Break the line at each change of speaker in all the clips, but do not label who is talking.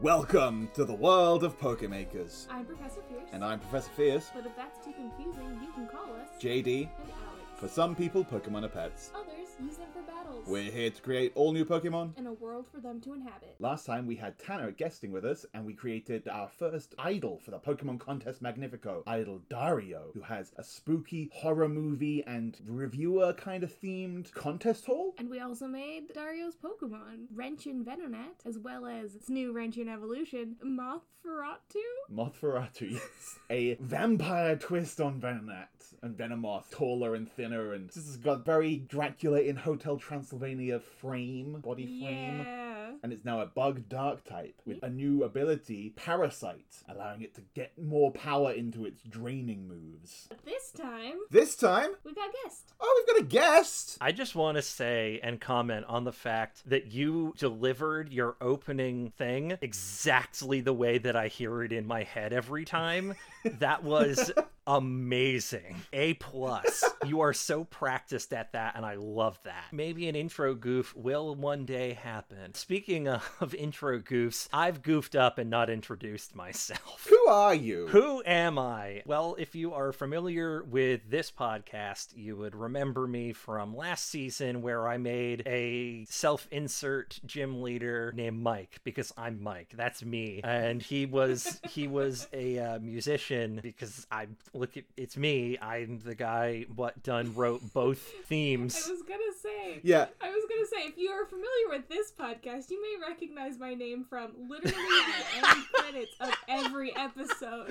Welcome to the world of Pokemakers.
I'm Professor Pierce.
And I'm Professor Fierce,
But if that's too confusing, you can call us
JD.
and Alex.
For some people, Pokemon are pets.
Others use them for battles
We're here to create all new Pokemon.
and a world for them to inhabit.
Last time we had Tanner guesting with us, and we created our first idol for the Pokemon Contest Magnifico, Idol Dario, who has a spooky horror movie and reviewer kind of themed contest hall.
And we also made Dario's Pokemon, Wrenchin Venonat, as well as its new Wrenchin evolution, Mothferatu.
Mothferatu, yes. a vampire twist on Venomat and Venomoth, taller and thinner, and this has got very Dracula in Hotel Transylvania frame, body frame.
Yeah.
And it's now a bug dark type with a new ability, Parasite, allowing it to get more power into its draining moves.
But this time,
This time,
we got guest.
oh, we've got a guest!
I just want to say and comment on the fact that you delivered your opening thing exactly the way that I hear it in my head every time. that was amazing. A plus. You are so practiced at that, and I love that. Maybe an intro goof will one day happen. Speaking of intro goofs, I've goofed up and not introduced myself.
Who are you?
Who am I? Well, if you are familiar with this podcast, you would remember me from last season where I made a self insert gym leader named Mike because I'm Mike. That's me. And he was he was a uh, musician because I look at it's me. I'm the guy what done wrote both
I
themes.
was gonna say.
Yeah,
I was gonna say, if you are familiar with this podcast, you may recognize my name from literally the end credits of every episode.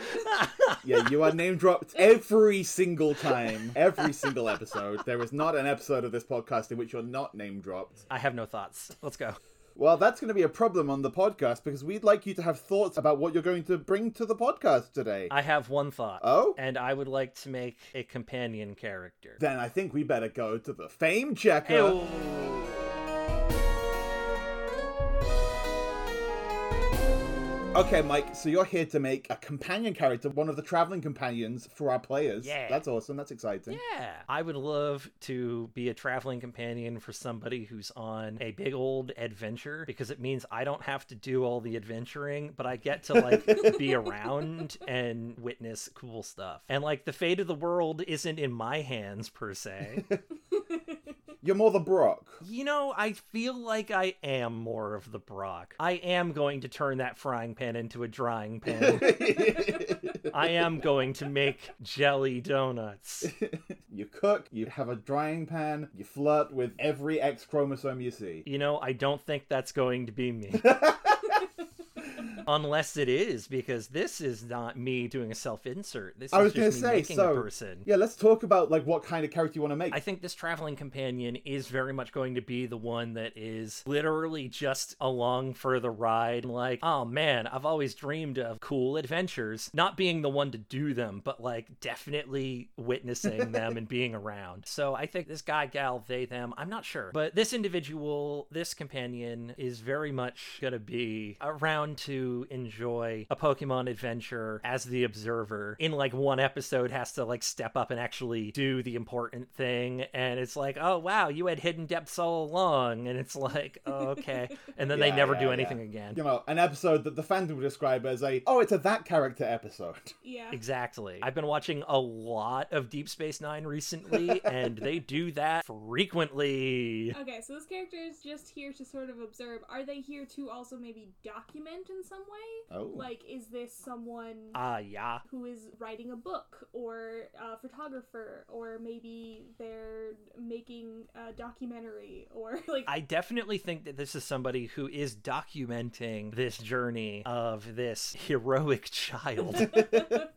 yeah, you are name dropped every single time, every single episode. There is not an episode of this podcast in which you're not name dropped.
I have no thoughts. Let's go.
Well, that's going to be a problem on the podcast because we'd like you to have thoughts about what you're going to bring to the podcast today.
I have one thought.
oh?
And I would like to make a companion character.
Then I think we better go to the fame checker.
Ew.
Okay, Mike, so you're here to make a companion character, one of the traveling companions for our players.
Yeah.
That's awesome. That's exciting.
Yeah. I would love to be a traveling companion for somebody who's on a big old adventure because it means I don't have to do all the adventuring, but I get to like be around and witness cool stuff. And like the fate of the world isn't in my hands per se.
You're more the Brock.
you know, I feel like I am more of the Brock. I am going to turn that frying pan into a drying pan. I am going to make jelly donuts.
you cook, you have a drying pan, you flirt with every X chromosome you see.
You know, I don't think that's going to be me. Unless it is, because this is not me doing a self insert. This
I was
is just
gonna say,
me making
so-
a person.
Yeah, let's talk about like what kind of character you want to make.
I think this traveling companion is very much going to be the one that is literally just along for the ride. Like, oh man, I've always dreamed of cool adventures. Not being the one to do them, but like definitely witnessing them and being around. So I think this guy, gal, they, them, I'm not sure. But this individual, this companion, is very much going to be around to enjoy a Pokemon adventure as the observer in like one episode has to like step up and actually do the important thing. And it's like, oh, wow, you had hidden depths all along. And it's like, oh, okay. And then
Yeah,
they never
yeah,
do
yeah.
anything again.
you know, an episode that the fandom would describe as a, oh, it's a that character episode.
Yeah.
Exactly. I've been watching a lot of Deep Space Nine recently, and they do that frequently.
Okay, so this character is just here to sort of observe. Are they here to also maybe document in some way?
Oh.
Like, is this someone
Ah, yeah.
who is writing a book or a photographer, or maybe they're making a documentary, or like.
I definitely think that this is somebody who is documenting this journey of this heroic child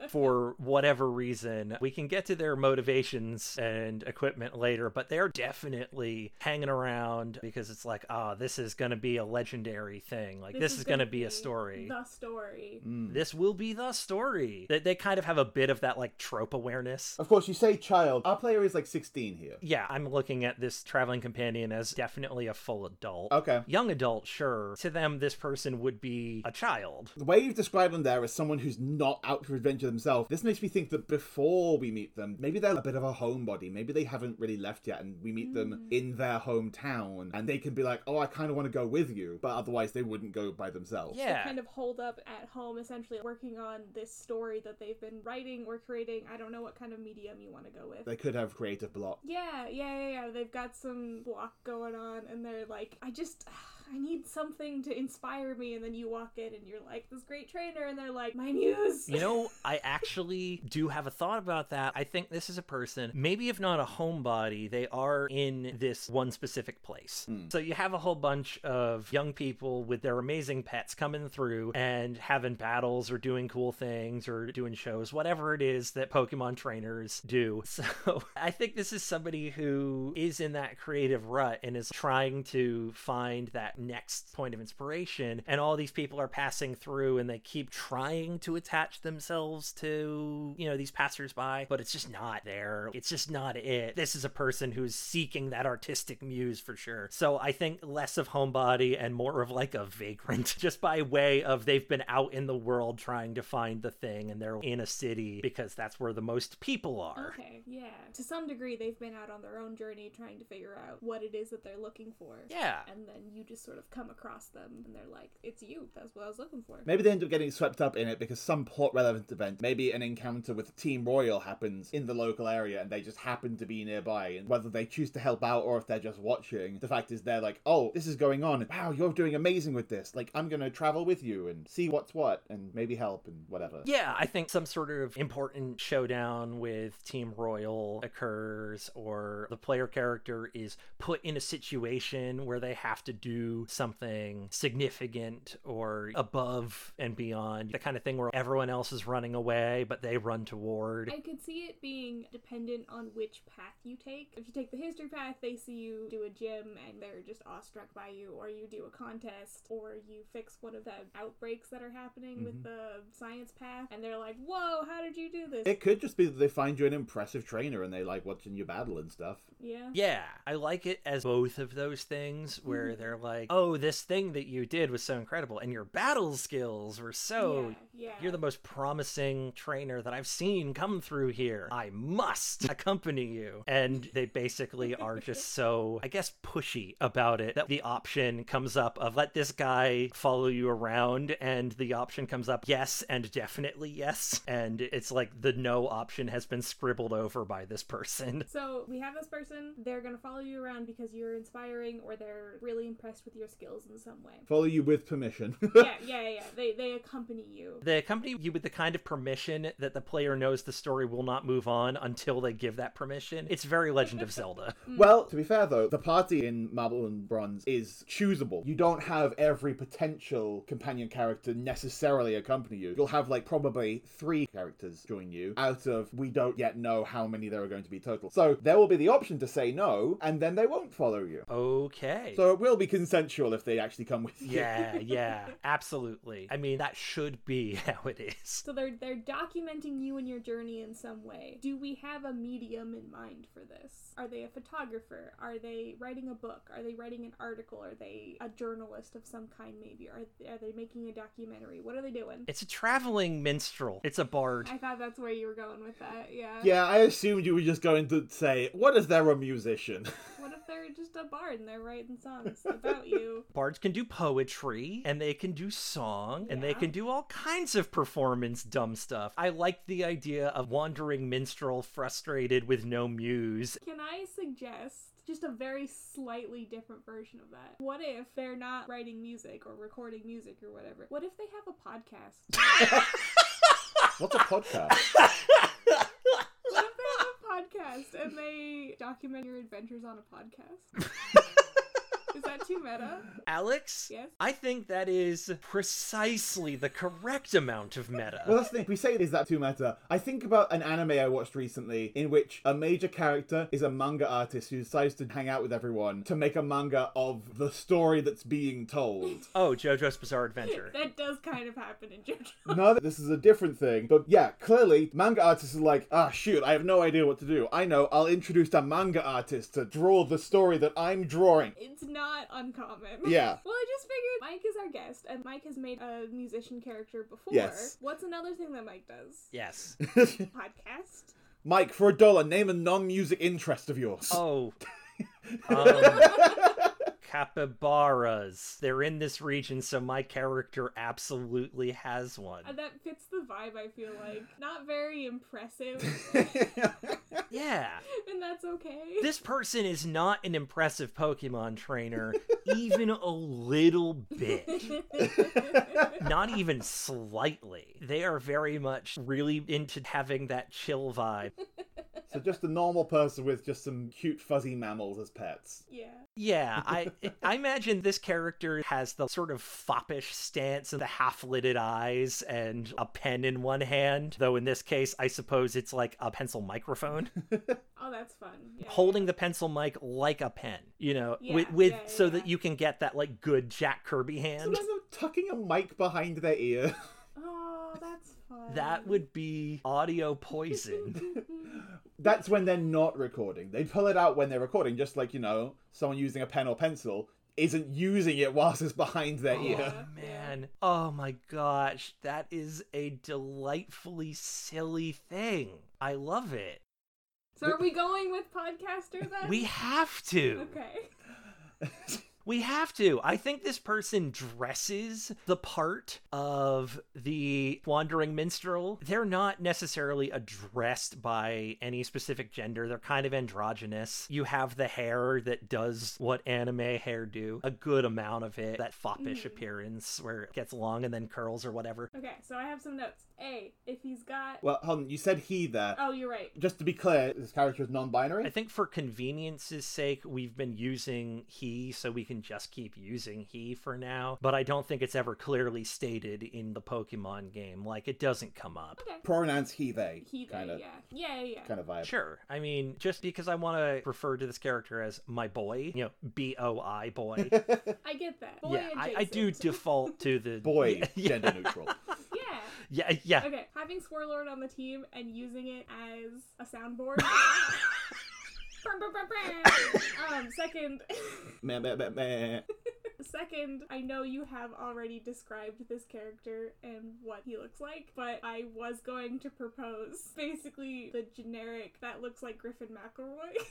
for whatever reason. We can get to their motivations and equipment later, but they're definitely hanging around because it's like, ah, this is going to be a legendary thing. Like, this, is going to
gonna
be a story.
The story.
Mm.
this will be the story. They, they kind of have a bit of that like trope awareness.
Of course, you say child. Our player is like 16 here.
Yeah, I'm looking at this traveling companion as definitely a full adult.
Okay.
Young adult, sure. To them, this person would be a child.
The way you've described them there as someone who's not out for adventure themselves, this makes me think that before we meet them, maybe they're a bit of a homebody. Maybe they haven't really left yet, and we meet them in their hometown, and they can be like, oh, I kind of want to go with you, but otherwise they wouldn't go by themselves.
Yeah.
Kind of holed up at home, essentially working on this story that they've been writing or creating. I don't know what kind of medium you want to go with.
They could have creative block.
Yeah, yeah, yeah, yeah. They've got some block going on, and they're like, I just, I need something to inspire me. And then you walk in, and you're like, this great trainer, and they're like, my muse.
You know, I actually do have a thought about that. I think this is a person, maybe if not a homebody, they are in this one specific place. So you have a whole bunch of young people with their amazing pets coming through and having battles or doing cool things or doing shows, whatever it is that Pokemon trainers do. So I think this is somebody who is in that creative rut and is trying to find that next point of inspiration. And all these people are passing through and they keep trying to attach themselves to, you know, these passersby, but it's just not there. It's just not it. This is a person who's seeking that artistic muse for sure. So I think less of homebody and more of like a vagrant, just by way of they've been out in the world trying to find the thing and they're in a city because that's where the most people are.
Okay, yeah. To some degree, they've been out on their own journey trying to figure out what it is that they're looking for.
Yeah.
And then you just sort of come across them and they're like, it's you. That's what I was looking for.
Maybe they end up getting swept up in it because some plot relevant event, maybe an encounter with Team Royal happens in the local area and they just happen to be nearby. And whether they choose to help out or if they're just watching, the fact is they're like, oh, this is going on. Wow, you're doing amazing with this. Like, I'm going to travel with you and see what's what and maybe help and whatever.
Yeah, I think some sort of important showdown with Team Royal occurs, or the player character is put in a situation where they have to do something significant or above and beyond the kind of thing where everyone else is running away, but they run toward.
I could see it being dependent on which path you take. If you take the history path, they see you do a gym and they're just awestruck by you, or you do a contest, or you fix one of the outbreaks that are happening with the science path, and they're like, "Whoa, how did you do this?"
It could just be that they find you an impressive trainer and they like watching you battle and stuff.
yeah.
Yeah, I like it as both of those things where
Mm-hmm.
they're like, oh, this thing that you did was so incredible, and your battle skills were so.
yeah, yeah.
You're the most promising trainer that I've seen come through here. I must accompany you. And they basically are just so, I guess, pushy about it that the option comes up of let this guy follow you around, and the option comes up yes and definitely yes. And it's like the no option has been scribbled over by this person.
So we have this person. They're gonna follow you around because you're inspiring, or they're really impressed with your skills in some way.
Follow you with permission.
yeah, yeah, yeah, yeah. They they accompany you.
They accompany you with the kind of permission that the player knows the story will not move on until they give that permission. It's very Legend of Zelda.
Well, to be fair though, the party in Marble and Bronze is choosable. You don't have every potential companion character necessarily accompany you. You'll have like probably three characters join you out of we don't yet know how many there are going to be total. So there will be the option to say no, and then they won't follow you.
Okay.
So it will be consensual if they actually come with you.
yeah, yeah, absolutely. I mean, that should be how it is.
So they're they're documenting you and your journey in some way. Do we have a medium in mind for this? Are they a photographer? Are they writing a book? Are they writing an article? Are they a journalist of some kind? Maybe are are they making a documentary? What are they doing?
It's a traveling minstrel. It's a bard.
I thought that's where you were going with that. Yeah.
Yeah, I assumed you were just going to say, what if they're a musician?
What if they're just a bard and they're writing songs about you?
Bards can do poetry and they can do song and they
Yeah.
can do all kinds of performance dumb stuff. I like the idea of wandering minstrel frustrated with no muse
Can I suggest just a very slightly different version of that? What if they're not writing music or recording music or whatever? What if they have a podcast?
What's a podcast?
What if they have a podcast and they document your adventures on a podcast? Is that too meta?
Alex?
Yes?
I think that is precisely the correct amount of
Well,
meta.
that's the thing. We say is that too meta. I think about an anime I watched recently in which a major character is a manga artist who decides to hang out with everyone to make a manga of the story that's being told.
oh, JoJo's Bizarre Adventure.
That does kind of happen in JoJo.
no, this is a different thing. But yeah, clearly, manga artists are like, ah, shoot, I have no idea what to do. I know, I'll introduce a manga artist to draw the story that I'm drawing.
It's not uncommon.
Yeah.
Well, I just figured Mike is our guest, and Mike has made a musician character before.
Yes.
What's another thing that Mike does?
Yes.
Podcast?
Mike, for a dollar, name a non music interest of yours.
Oh. Um, capybaras. They're in this region, so my character absolutely has one.
And Uh, that fits the vibe, I feel like. Not very impressive,
Yeah.
and that's okay.
This person is not an impressive Pokemon trainer, even a little bit. Not even slightly. They are very much really into having that chill vibe.
so just a normal person with just some cute fuzzy mammals as pets.
yeah.
Yeah, I I imagine this character has the sort of foppish stance and the half-lidded eyes and a pen in one hand, though in this case I suppose it's like a pencil microphone.
Oh, that's fun. Yeah,
holding
yeah.
the pencil mic like a pen, you know,
Yeah,
with, with
yeah,
so
yeah.
that you can get that like good Jack Kirby hand.
Sometimes I'm tucking a mic behind their ear.
Oh, that's fun.
That would be audio poison.
That's when they're not recording. They pull it out when they're recording, just like, you know, someone using a pen or pencil isn't using it whilst it's behind their ear.
Yeah.
Oh man. Oh my gosh, that is a delightfully silly thing. I love it.
So are we going with podcaster then?
We have to.
Okay.
We have to. I think this person dresses the part of the wandering minstrel. They're not necessarily addressed by any specific gender. They're kind of androgynous. You have the hair that does what anime hair do, a good amount of it, that foppish
Mhm.
appearance where it gets long and then curls or whatever.
Okay, so I have some notes. A, if he's got
Well, hold on, you said he there.
Oh, you're right.
Just to be clear, this character is non binary.
I think for convenience's sake, we've been using he, so we can just keep using he for now. But I don't think it's ever clearly stated in the Pokemon game. Like, it doesn't come up.
Okay.
Pronouns he, they.
He they,
kinda,
yeah. Yeah, yeah, yeah.
Kind of vibe.
Sure. I mean, just because I want to refer to this character as my boy, you know, B O I boy.
I get that. Boy
yeah, I, I do
adjacent.
default to the
Boy,
Yeah, yeah,
gender neutral.
Yeah.
yeah, yeah.
Okay, having Swirlord on the team and using it as a soundboard. Brum, brum, brum, brum. um, second,
Meh, meh, meh, meh.
second, I know you have already described this character and what he looks like, but I was going to propose basically the generic that looks like Griffin McElroy.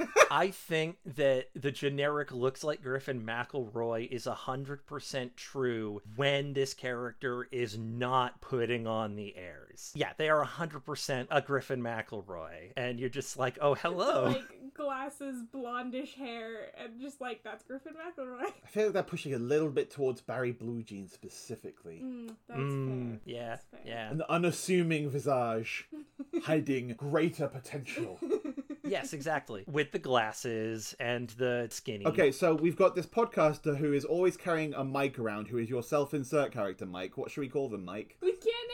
I think that the generic looks like Griffin McElroy is 100% true when this character is not putting on the airs. Yeah, they are 100% a Griffin McElroy. And you're just like, oh, hello.
like glasses, blondish hair, and just like that's Griffin McElroy.
I feel like they're pushing a little bit towards Barry Blue Jeans specifically.
Mm, that's
Mm,
Hmm.
fair.
yeah,
That's fair.
yeah.
An unassuming visage hiding greater potential.
yes, exactly. With the glasses and the skinny.
Okay, so we've got this podcaster who is always carrying a mic around, who is your self insert character, Mike. What should we call them, Mike?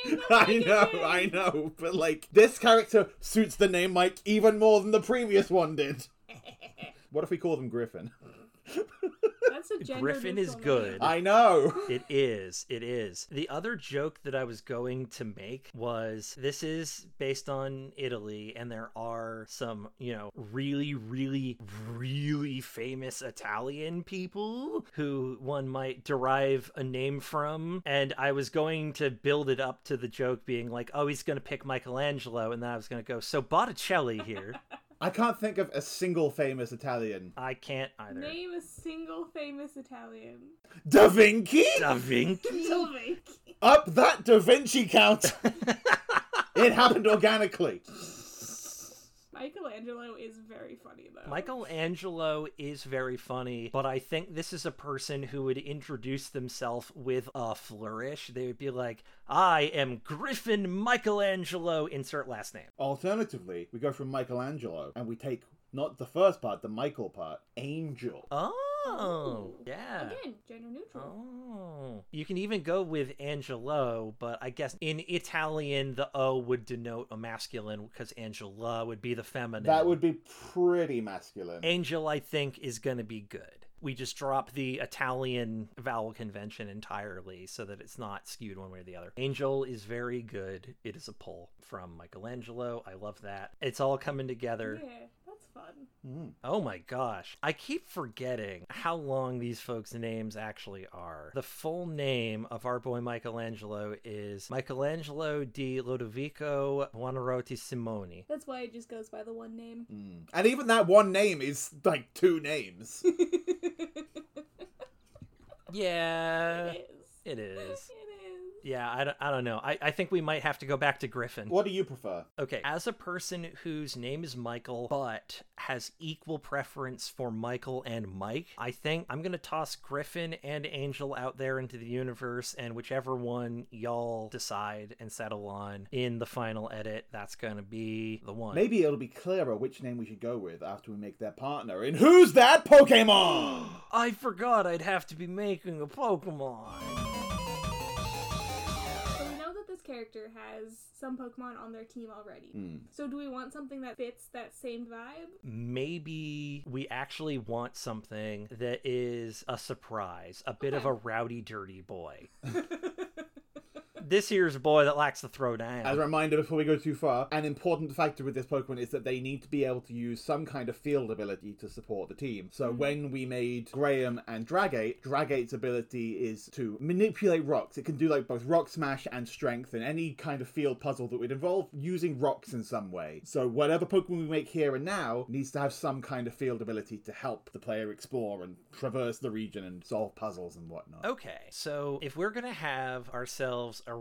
We can't name them.
I know, I know, but like, this character suits the name Mike even more than the previous one did. What if we call them Griffin?
That's a gender
Griffin is
neutral name.
good.
I know!
It is. It is. The other joke that I was going to make was this is based on Italy, and there are some, you know, really, really, really famous Italian people who one might derive a name from. And I was going to build it up to the joke being like, oh, he's going to pick Michelangelo. And then I was going to go, so Botticelli here.
I can't think of a single famous Italian.
I can't either.
Name a single famous Italian.
Da Vinci?
Da Vinci?
Silvic.
Up that Da Vinci count! it happened organically.
Michelangelo is very funny though.
Michelangelo is very funny, but I think this is a person who would introduce themselves with a flourish. They would be like, I am Griffin Michelangelo, insert last name.
Alternatively, we go from Michelangelo and we take not the first part, the Michael part, Angel.
Oh,
Ooh.
yeah.
Again, gender neutral.
Oh. You can even go with Angelo, but I guess in Italian, the O would denote a masculine because Angela would be the feminine.
That would be pretty masculine.
Angel, I think, is going to be good. We just drop the Italian vowel convention entirely so that it's not skewed one way or the other. Angel is very good. It is a pull from Michelangelo. I love that. It's all coming together.
Yeah, that's fun.
Mm.
Oh my gosh. I keep forgetting how long these folks' names actually are. The full name of our boy Michelangelo is Michelangelo di Lodovico Buonarroti Simoni.
That's why it just goes by the one name.
Mm. And even that one name is like two names.
Yeah,
it is.
Uh, it is.
It is.
Yeah, I don't, I don't know. I, I think we might have to go back to Griffin.
What do you prefer?
Okay, as a person whose name is Michael, but has equal preference for Michael and Mike, I think I'm going to toss Griffin and Angel out there into the universe, and whichever one y'all decide and settle on in the final edit, that's going to be the one.
Maybe it'll be clearer which name we should go with after we make their partner in Who's That Pokemon?
I forgot I'd have to be making a Pokemon.
So we know that this character has some Pokemon on their team already.
Hmm.
So do we want something that fits that same vibe?
Maybe we actually want something that is a surprise, a bit of
Okay.
a rowdy, dirty boy. this here's a boy that likes to throw down.
As a reminder, before we go too far, an important factor with this Pokemon is that they need to be able to use some kind of field ability to support the team. So when we made Graham and Dragate, Dragate's ability is to manipulate rocks. It can do like both rock smash and strength and any kind of field puzzle that would involve using rocks in some way. So whatever Pokemon we make here and now needs to have some kind of field ability to help the player explore and traverse the region and solve puzzles and whatnot.
Okay, so if we're gonna have ourselves a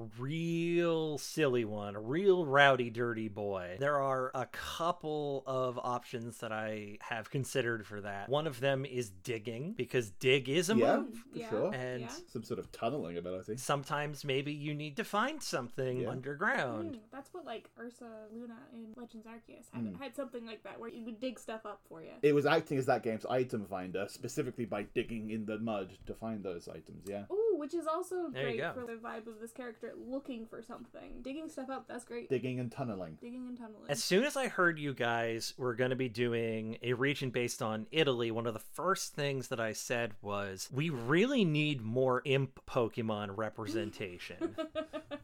real silly one, a real rowdy, dirty boy, there are a couple of options that I have considered for that. One of them is digging, because dig is a
Yeah,
move.
for sure.
Mm,
And
yeah.
Some sort of tunneling ability.
Sometimes maybe you need to find something
Yeah.
underground.
Mm, that's what like Ursa Luna in Legends Arceus had,
Hmm.
had something like that where it would dig stuff up for you.
It was acting as that game's item finder, specifically by digging in the mud to find those items, yeah.
Ooh, which is also
There
great
you go.
for the vibe of this character looking for something. Digging stuff up, that's great.
Digging and tunneling.
Digging and tunneling.
As soon as I heard you guys were going to be doing a region based on Italy, one of the first things that I said was, we really need more imp Pokemon representation.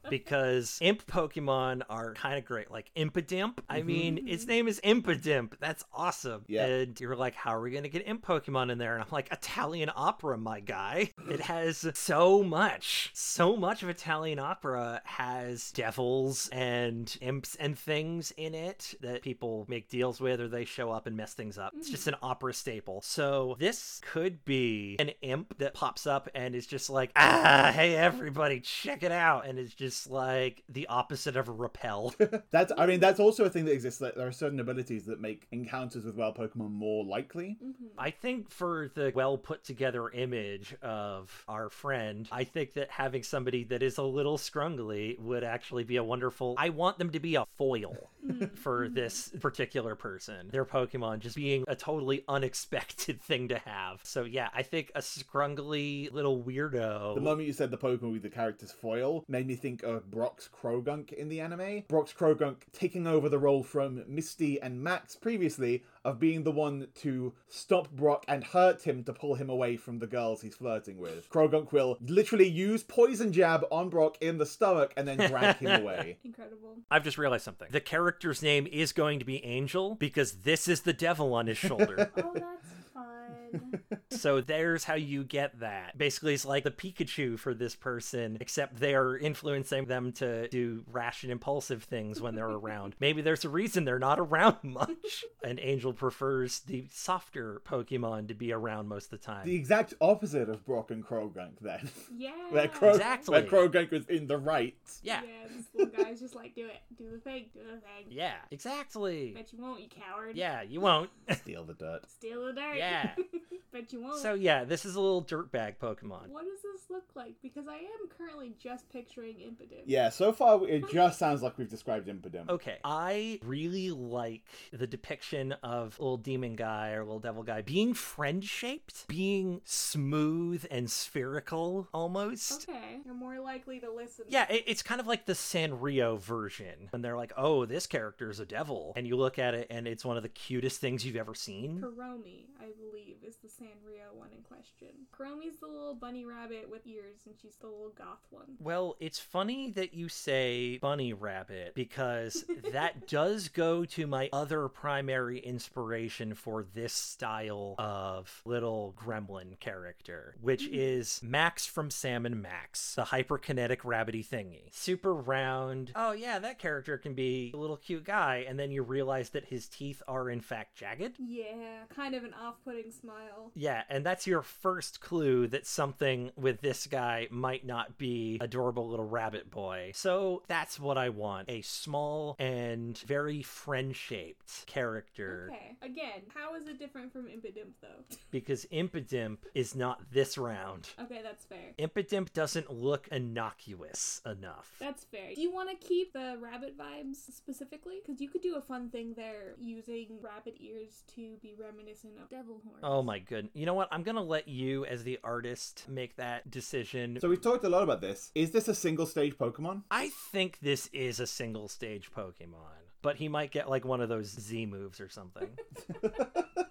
because imp Pokemon are kind of great. Like Impidimp, I mean, its name is Impidimp. That's awesome.
Yeah.
And you were like, how are we going to get imp Pokemon in there? And I'm like, Italian opera, my guy. It has so much. So much of Italian opera has devils and imps and things in it that people make deals with or they show up and mess things up. It's just an opera staple. So this could be an imp that pops up and is just like, ah, hey, everybody, check it out. And it's just like the opposite of a repel.
That's I mean that's also a thing that exists. Like, there are certain abilities that make encounters with wild Pokemon more likely.
Mhm.
I think for the well put together image of our friend, I think that having somebody that is a little scrungly would actually be a wonderful. I want them to be a foil for this particular person. Their Pokemon just being a totally unexpected thing to have. So yeah, I think a scrungly little weirdo.
The moment you said the Pokemon with the character's foil made me think of Brock's Krogunk in the anime. Brock's Krogunk taking over the role from Misty and Max previously of being the one to stop Brock and hurt him to pull him away from the girls he's flirting with. Krogunk will literally use poison jab on Brock in the stomach and then drag him away.
Incredible.
I've just realized something. The character's name is going to be Angel because this is the devil on his shoulder.
Oh, that's fun.
So there's how you get that. Basically, it's like the Pikachu for this person, except they're influencing them to do rash and impulsive things when they're around. Maybe there's a reason they're not around much. An angel prefers the softer Pokemon to be around most of the time.
The exact opposite of Brock and Krogunk then.
Yeah.
Where, Krog-
Exactly.
where Krogunk was in the right.
yeah.
Yeah, this little guy's just like, do it. Do the thing. Do the thing.
Yeah, exactly.
Bet you won't, you coward.
Yeah, you won't.
Steal the dirt.
Steal the dirt.
Yeah.
Bet you won't.
so yeah, this is a little dirtbag Pokemon.
what does this look like? Because I am currently just picturing Impidimp.
Yeah, so far it just sounds like we've described Impidimp.
Okay. I really like the depiction of little demon guy or little devil guy being friend shaped, being smooth and spherical almost.
Okay. You're more likely to listen.
Yeah, it, it's kind of like the Sanrio version when they're like, oh, this character is a devil. And you look at it and it's one of the cutest things you've ever seen.
Karomi, I believe, is the Sanrio one in question. Karomi's the little bunny rabbit with ears, and she's the little goth one.
Well, it's funny that you say bunny rabbit because that does go to my other primary inspiration for this style of little gremlin character, which is Max from Sam and Max, the hyperkinetic rabbity thingy. Super round. Oh, yeah, that character can be a little cute guy. And then you realize that his teeth are, in fact, jagged.
Yeah, kind of an off putting smile. while.
Yeah, and that's your first clue that something with this guy might not be adorable little rabbit boy. So that's what I want a small and very friend shaped character.
Okay. Again, how is it different from Impidimp though?
Because Impidimp is not this round.
okay, that's fair.
Impidimp doesn't look innocuous enough.
That's fair. Do you want to keep the rabbit vibes specifically? Because you could do a fun thing there using rabbit ears to be reminiscent of devil horns.
Oh my goodness. You know what? I'm going to let you, as the artist, make that decision.
So we've talked a lot about this. Is this a single stage Pokemon?
I think this is a single stage Pokemon, but he might get like one of those Z moves or something.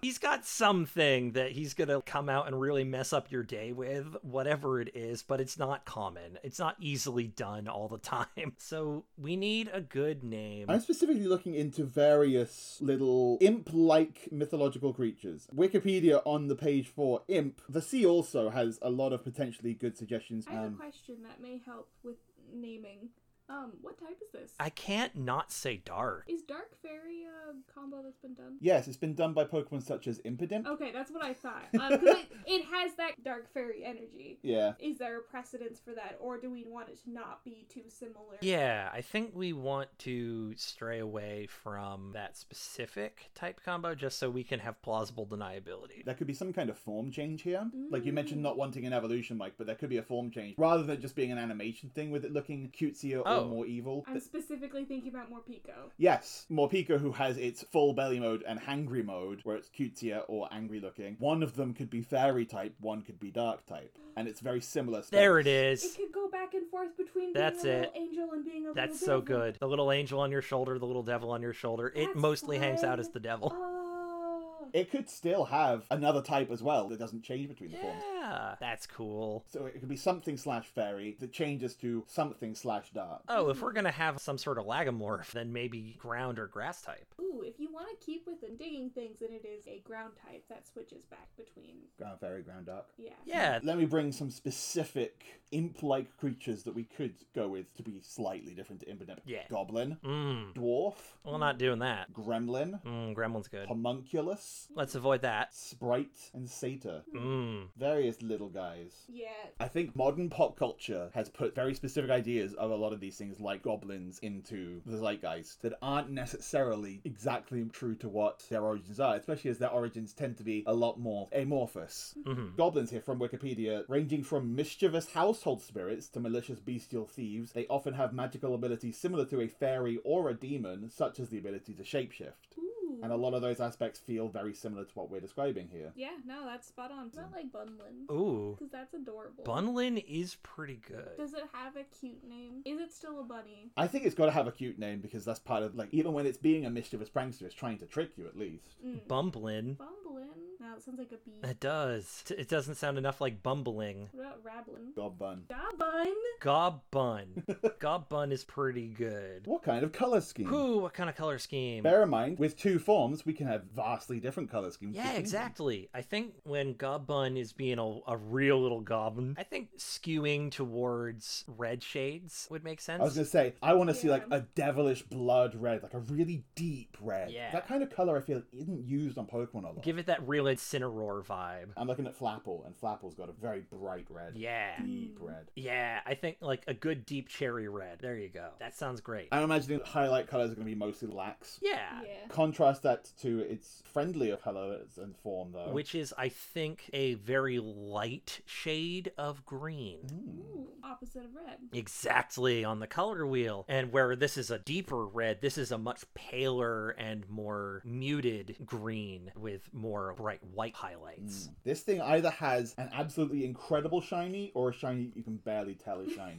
he's got something that he's going to come out and really mess up your day with, whatever it is, but it's not common. It's not easily done all the time. So we need a good name.
I'm specifically looking into various little imp like mythological creatures. Wikipedia on the page for imp, the sea also has a lot of potentially good suggestions.
I have a
Um,
question that may help with naming. Um, what type is this?
I can't not say dark.
Is dark fairy a combo that's been done?
yes, it's been done by Pokemon such as Impidimp.
Okay, that's what I thought. Um, 'cause it, it has that dark fairy energy.
Yeah.
Is there a precedence for that, or do we want it to not be too similar?
Yeah, I think we want to stray away from that specific type combo just so we can have plausible deniability.
There could be some kind of form change here. Like you mentioned,
Mm.
not wanting an evolution, Mike, but there could be a form change rather than just being an animation thing with it looking cutesier
Oh.
or more evil.
I'm specifically thinking about Morpico.
Yes, Morpeko, who has its full belly mode and hangry mode, where it's cutesier or angry looking. One of them could be fairy type, one could be dark type, and it's very similar. Space.
There it
It
is.
could go back and forth between being
That's
a
it.
little angel and being a
That's so
little devil.
good. The little angel on your shoulder, the little devil on your shoulder. It
That's
mostly hangs out
fun.
as the devil.
Oh.
It could still have another type as well that doesn't change between the forms.
Yeah. That's cool.
So it could be something slash fairy that changes to something slash dark.
Oh, if we're going to have some sort of lagomorph, then maybe ground or grass type.
Oh, Ooh, if you want to keep with the digging things, then it is a ground type that switches back between.
Ground fairy, ground dark.
Yeah.
Yeah.
Let me bring some specific imp-like creatures that we could go with to be slightly different to Impidimp.
Yeah.
Goblin,
Mmm.
dwarf,
Well, not doing that.
gremlin,
Mmm, gremlin's good.
homunculus,
Let's avoid that.
sprite, and satyr.
Mmm.
various little guys.
Yeah.
I think modern pop culture has put very specific ideas of a lot of these things, like goblins, into the zeitgeist that aren't necessarily exactly true to what their origins are, especially as their origins tend to be a lot more amorphous.
Mm-hmm.
Goblins here from Wikipedia, ranging from mischievous household spirits to malicious bestial thieves, they often have magical abilities similar to a fairy or a demon, such as the ability to shapeshift.
Ooh.
And a lot of those aspects feel very similar to what we're describing here.
Yeah, no, that's spot on. It's not like Bunlin.
Ooh.
Because that's adorable.
Bunlin is pretty good.
Does it have a cute name? Is it still a bunny?
I think it's got to have a cute name because that's part of like even when it's being a mischievous prankster, it's trying to trick you at least.
Mm.
Bumblin.
Bumblin? No, it sounds like a bee.
It does. T- It doesn't sound enough like bumbling.
What about Rablin?
God bun.
Gobbun?
Gobbun. Gobbun is pretty good.
What kind of color scheme?
Ooh, what kind of color scheme?
Bear in mind, with two forms, we can have vastly different color schemes.
Yeah,
between them.
exactly. I think when Gobbun is being a, a real little goblin, I think skewing towards red shades would make sense.
I was gonna say, I want to see like
Yeah.
a devilish blood red, like a really deep red.
Yeah.
That kind of color I feel isn't used on Pokemon a lot.
Give it that real Incineroar vibe.
I'm looking at Flapple, and Flapple's got a very bright red.
Yeah.
Deep red.
Yeah, I think like a good deep cherry red. There you go. That sounds great.
I'm imagining highlight colors are gonna be mostly lax.
yeah.
Yeah.
Contrast that to its friendlier colors and form though.
Which is, I think, a very light shade of green.
Hmm.
Ooh, opposite of red.
Exactly on the color wheel. And where this is a deeper red, this is a much paler and more muted green with more bright white highlights.
Mm. This thing either has an absolutely incredible shiny or a shiny you can barely tell is shiny.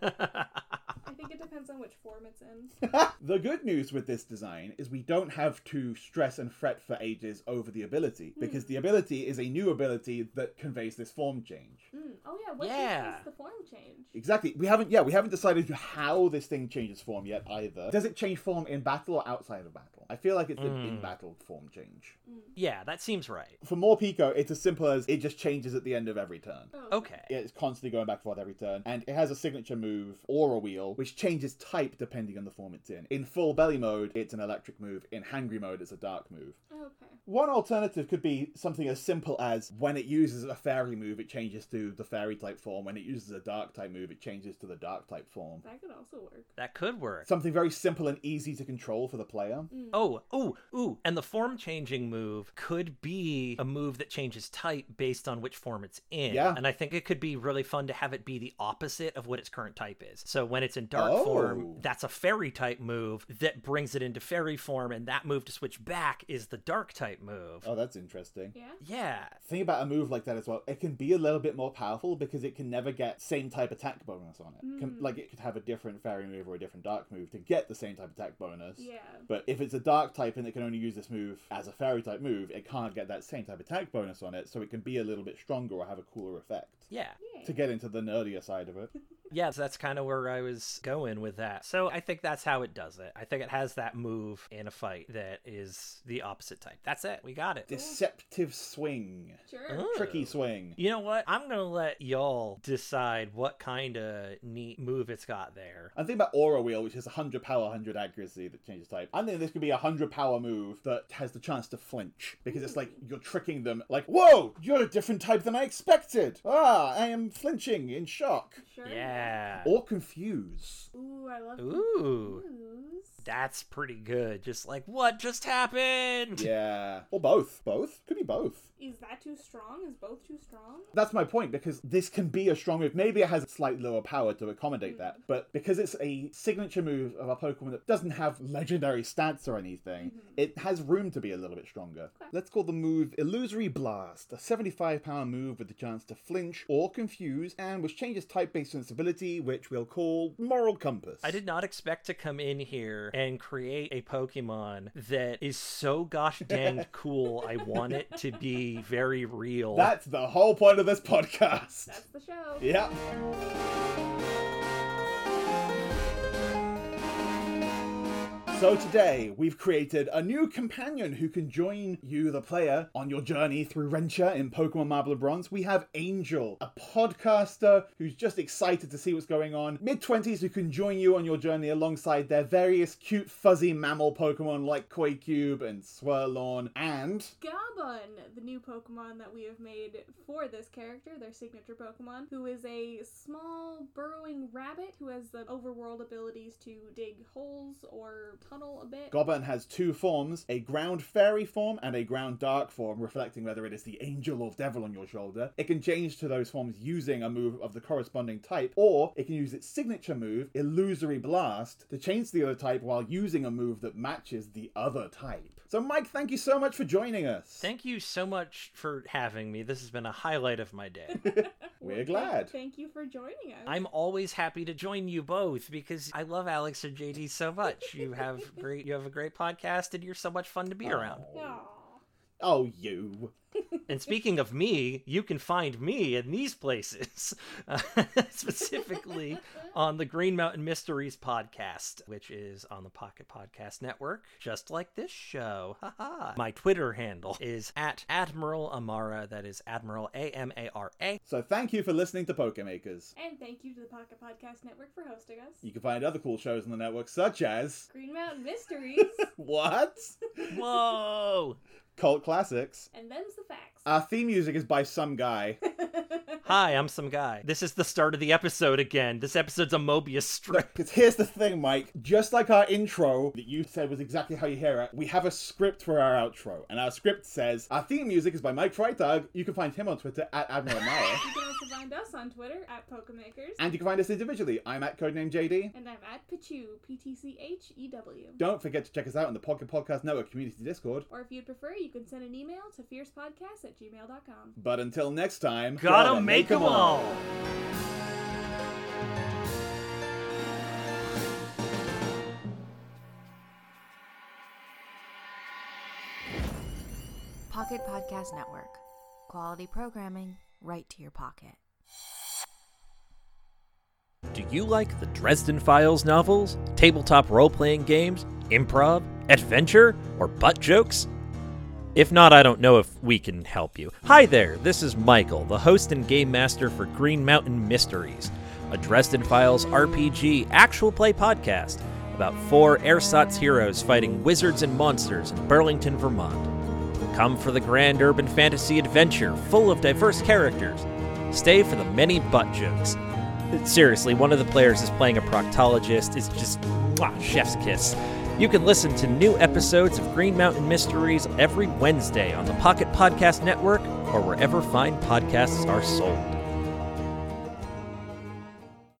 I think it depends on which form it's in.
the good news with this design is we don't have to stress and fret for ages over the ability because the ability is a new ability that conveys this form change.
Mm. Oh, yeah, what yeah.
Yeah.
the form change?
Exactly. We haven't yeah, we haven't decided how this thing changes form yet either. Does it change form in battle or outside of battle? battle. I feel like it's an
Mm.
in battle form change.
Mm.
Yeah, that seems right.
For more Pico, it's as simple as it just changes at the end of every turn.
Oh,
Okay.
It's constantly going back and forth every turn, and it has a signature move, Aura Wheel, which changes type depending on the form it's in. In full belly mode, it's an electric move. In hangry mode, it's a dark move.
Okay.
One alternative could be something as simple as when it uses a fairy move, it changes to the fairy type form. When it uses a dark type move, it changes to the dark type form.
That could also work.
That could work.
Something very simple and easy to control for the player.
Mm.
Oh, ooh, ooh. And the form changing move could be a move that changes type based on which form it's in.
Yeah.
And I think it could be really fun to have it be the opposite of what its current type is. So when it's in dark
Oh.
form, that's a fairy type move that brings it into fairy form, and that move to switch back is the dark type move.
Oh, that's interesting.
Yeah.
Yeah.
Thing about a move like that as well, it can be a little bit more powerful because it can never get same type attack bonus on it. Can-
Mm.
like it could have a different fairy move or a different dark move to get the same type attack bonus.
Yeah.
But if it's a dark type and it can only use this move as a fairy type move, it can't get that same type attack bonus on it, so it can be a little bit stronger or have a cooler effect.
Yeah.
Yeah.
To get into the nerdier side of it.
Yeah, so that's kind of where I was going with that. So I think that's how it does it. I think it has that move in a fight that is the opposite type. That's it. We got it.
Deceptive swing.
Sure.
Ooh.
Tricky swing.
You know what? I'm gonna let y'all decide what kind of neat move it's got there.
I'm thinking about Aura Wheel, which is 100 power, 100 accuracy that changes type. I'm thinking this could be a 100 power move that has the chance to flinch because it's like you're tricking them, like, whoa, you're a different type than I expected. Ah, I am flinching in shock.
Sure.
Yeah.
Or confuse.
Ooh, I love
Ooh.
confuse.
That's pretty good. Just like what just happened?
Yeah. Or both. Both? Could be both.
Is that too strong? Is both too strong?
That's my point because this can be a strong move. Maybe it has a slight lower power to accommodate that, but because it's a signature move of a Pokemon that doesn't have legendary stats or anything, it has room to be a little bit stronger. Let's call the move Illusory Blast, a 75 power move with the chance to flinch or confuse, and which changes type based on its ability, which we'll call Moral Compass.
I did not expect to come in here and create a Pokemon that is so gosh dang cool. I want it to be very real.
That's the whole point of this podcast.
That's the show.
Yeah. So today we've created a new companion who can join you, the player, on your journey through Rencha in Pokemon Marble and Bronze. We have Angel, a podcaster who's just excited to see what's going on. Mid twenties, who can join you on your journey alongside their various cute fuzzy mammal Pokemon like Quakecube and Swirlorn, and
Gabon, the new Pokemon that we have made for this character, their signature Pokemon, who is a small burrowing rabbit who has the overworld abilities to dig holes or tunnel a bit.
Goblin has two forms, a ground fairy form and a ground dark form, reflecting whether it is the angel or devil on your shoulder. It can change to those forms using a move of the corresponding type, or it can use its signature move, Illusory Blast, to change to the other type while using a move that matches the other type. So, Mike, thank you so much for joining us.
Thank you so much for having me. This has been a highlight of my day.
We're
Well,
glad.
Thank you for joining us.
I'm always happy to join you both because I love Alex and JD so much. You have great you have a great podcast and you're so much fun to be around.
Oh,
Aw.
oh you.
And speaking of me, you can find me in these places, uh, specifically on the Green Mountain Mysteries podcast, which is on the Pocket Podcast Network, just like this show. Ha ha. My Twitter handle is at Admiral Amara. That is Admiral A M A R A.
So, thank you for listening to Pokemakers.
And thank you to the Pocket Podcast Network for hosting us.
You can find other cool shows on the network, such as.
Green Mountain Mysteries,
What?
Whoa!
Cult Classics.
and them's the facts.
Our theme music is by some guy.
Hi, I'm some guy. This is the start of the episode again. This episode's a Mobius strip.
Because here's the thing, Mike. Just like our intro that you said was exactly how you hear it, we have a script for our outro. And our script says our theme music is by Mike Freitag. You can find him on Twitter at Admiral Mara.
you can also find us on Twitter at Pokemakers,
and you can find us individually. I'm at Codename JD.
and I'm at Pichu, P T C H E W.
Don't forget to check us out on the Pocket Podcast Network Community Discord.
Or if you'd prefer, you can send an email to fiercepodcast at gmail.com.
But until next time,
Gotta make 'em all.
Pocket Podcast Network. Quality programming right to your pocket.
Do you like the Dresden Files novels, tabletop role playing games, improv, adventure, or butt jokes? If not, I don't know if we can help you. Hi there, this is Michael, the host and game master for Green Mountain Mysteries, a Dresden Files RPG actual play podcast about four ersatz heroes fighting wizards and monsters in Burlington, Vermont. Come for the grand urban fantasy adventure full of diverse characters. Stay for the many butt jokes. Seriously, one of the players is playing a proctologist. It's just mwah, chef's kiss. You can listen to new episodes of Green Mountain Mysteries every Wednesday on the Pocket Podcast Network or wherever fine podcasts are sold.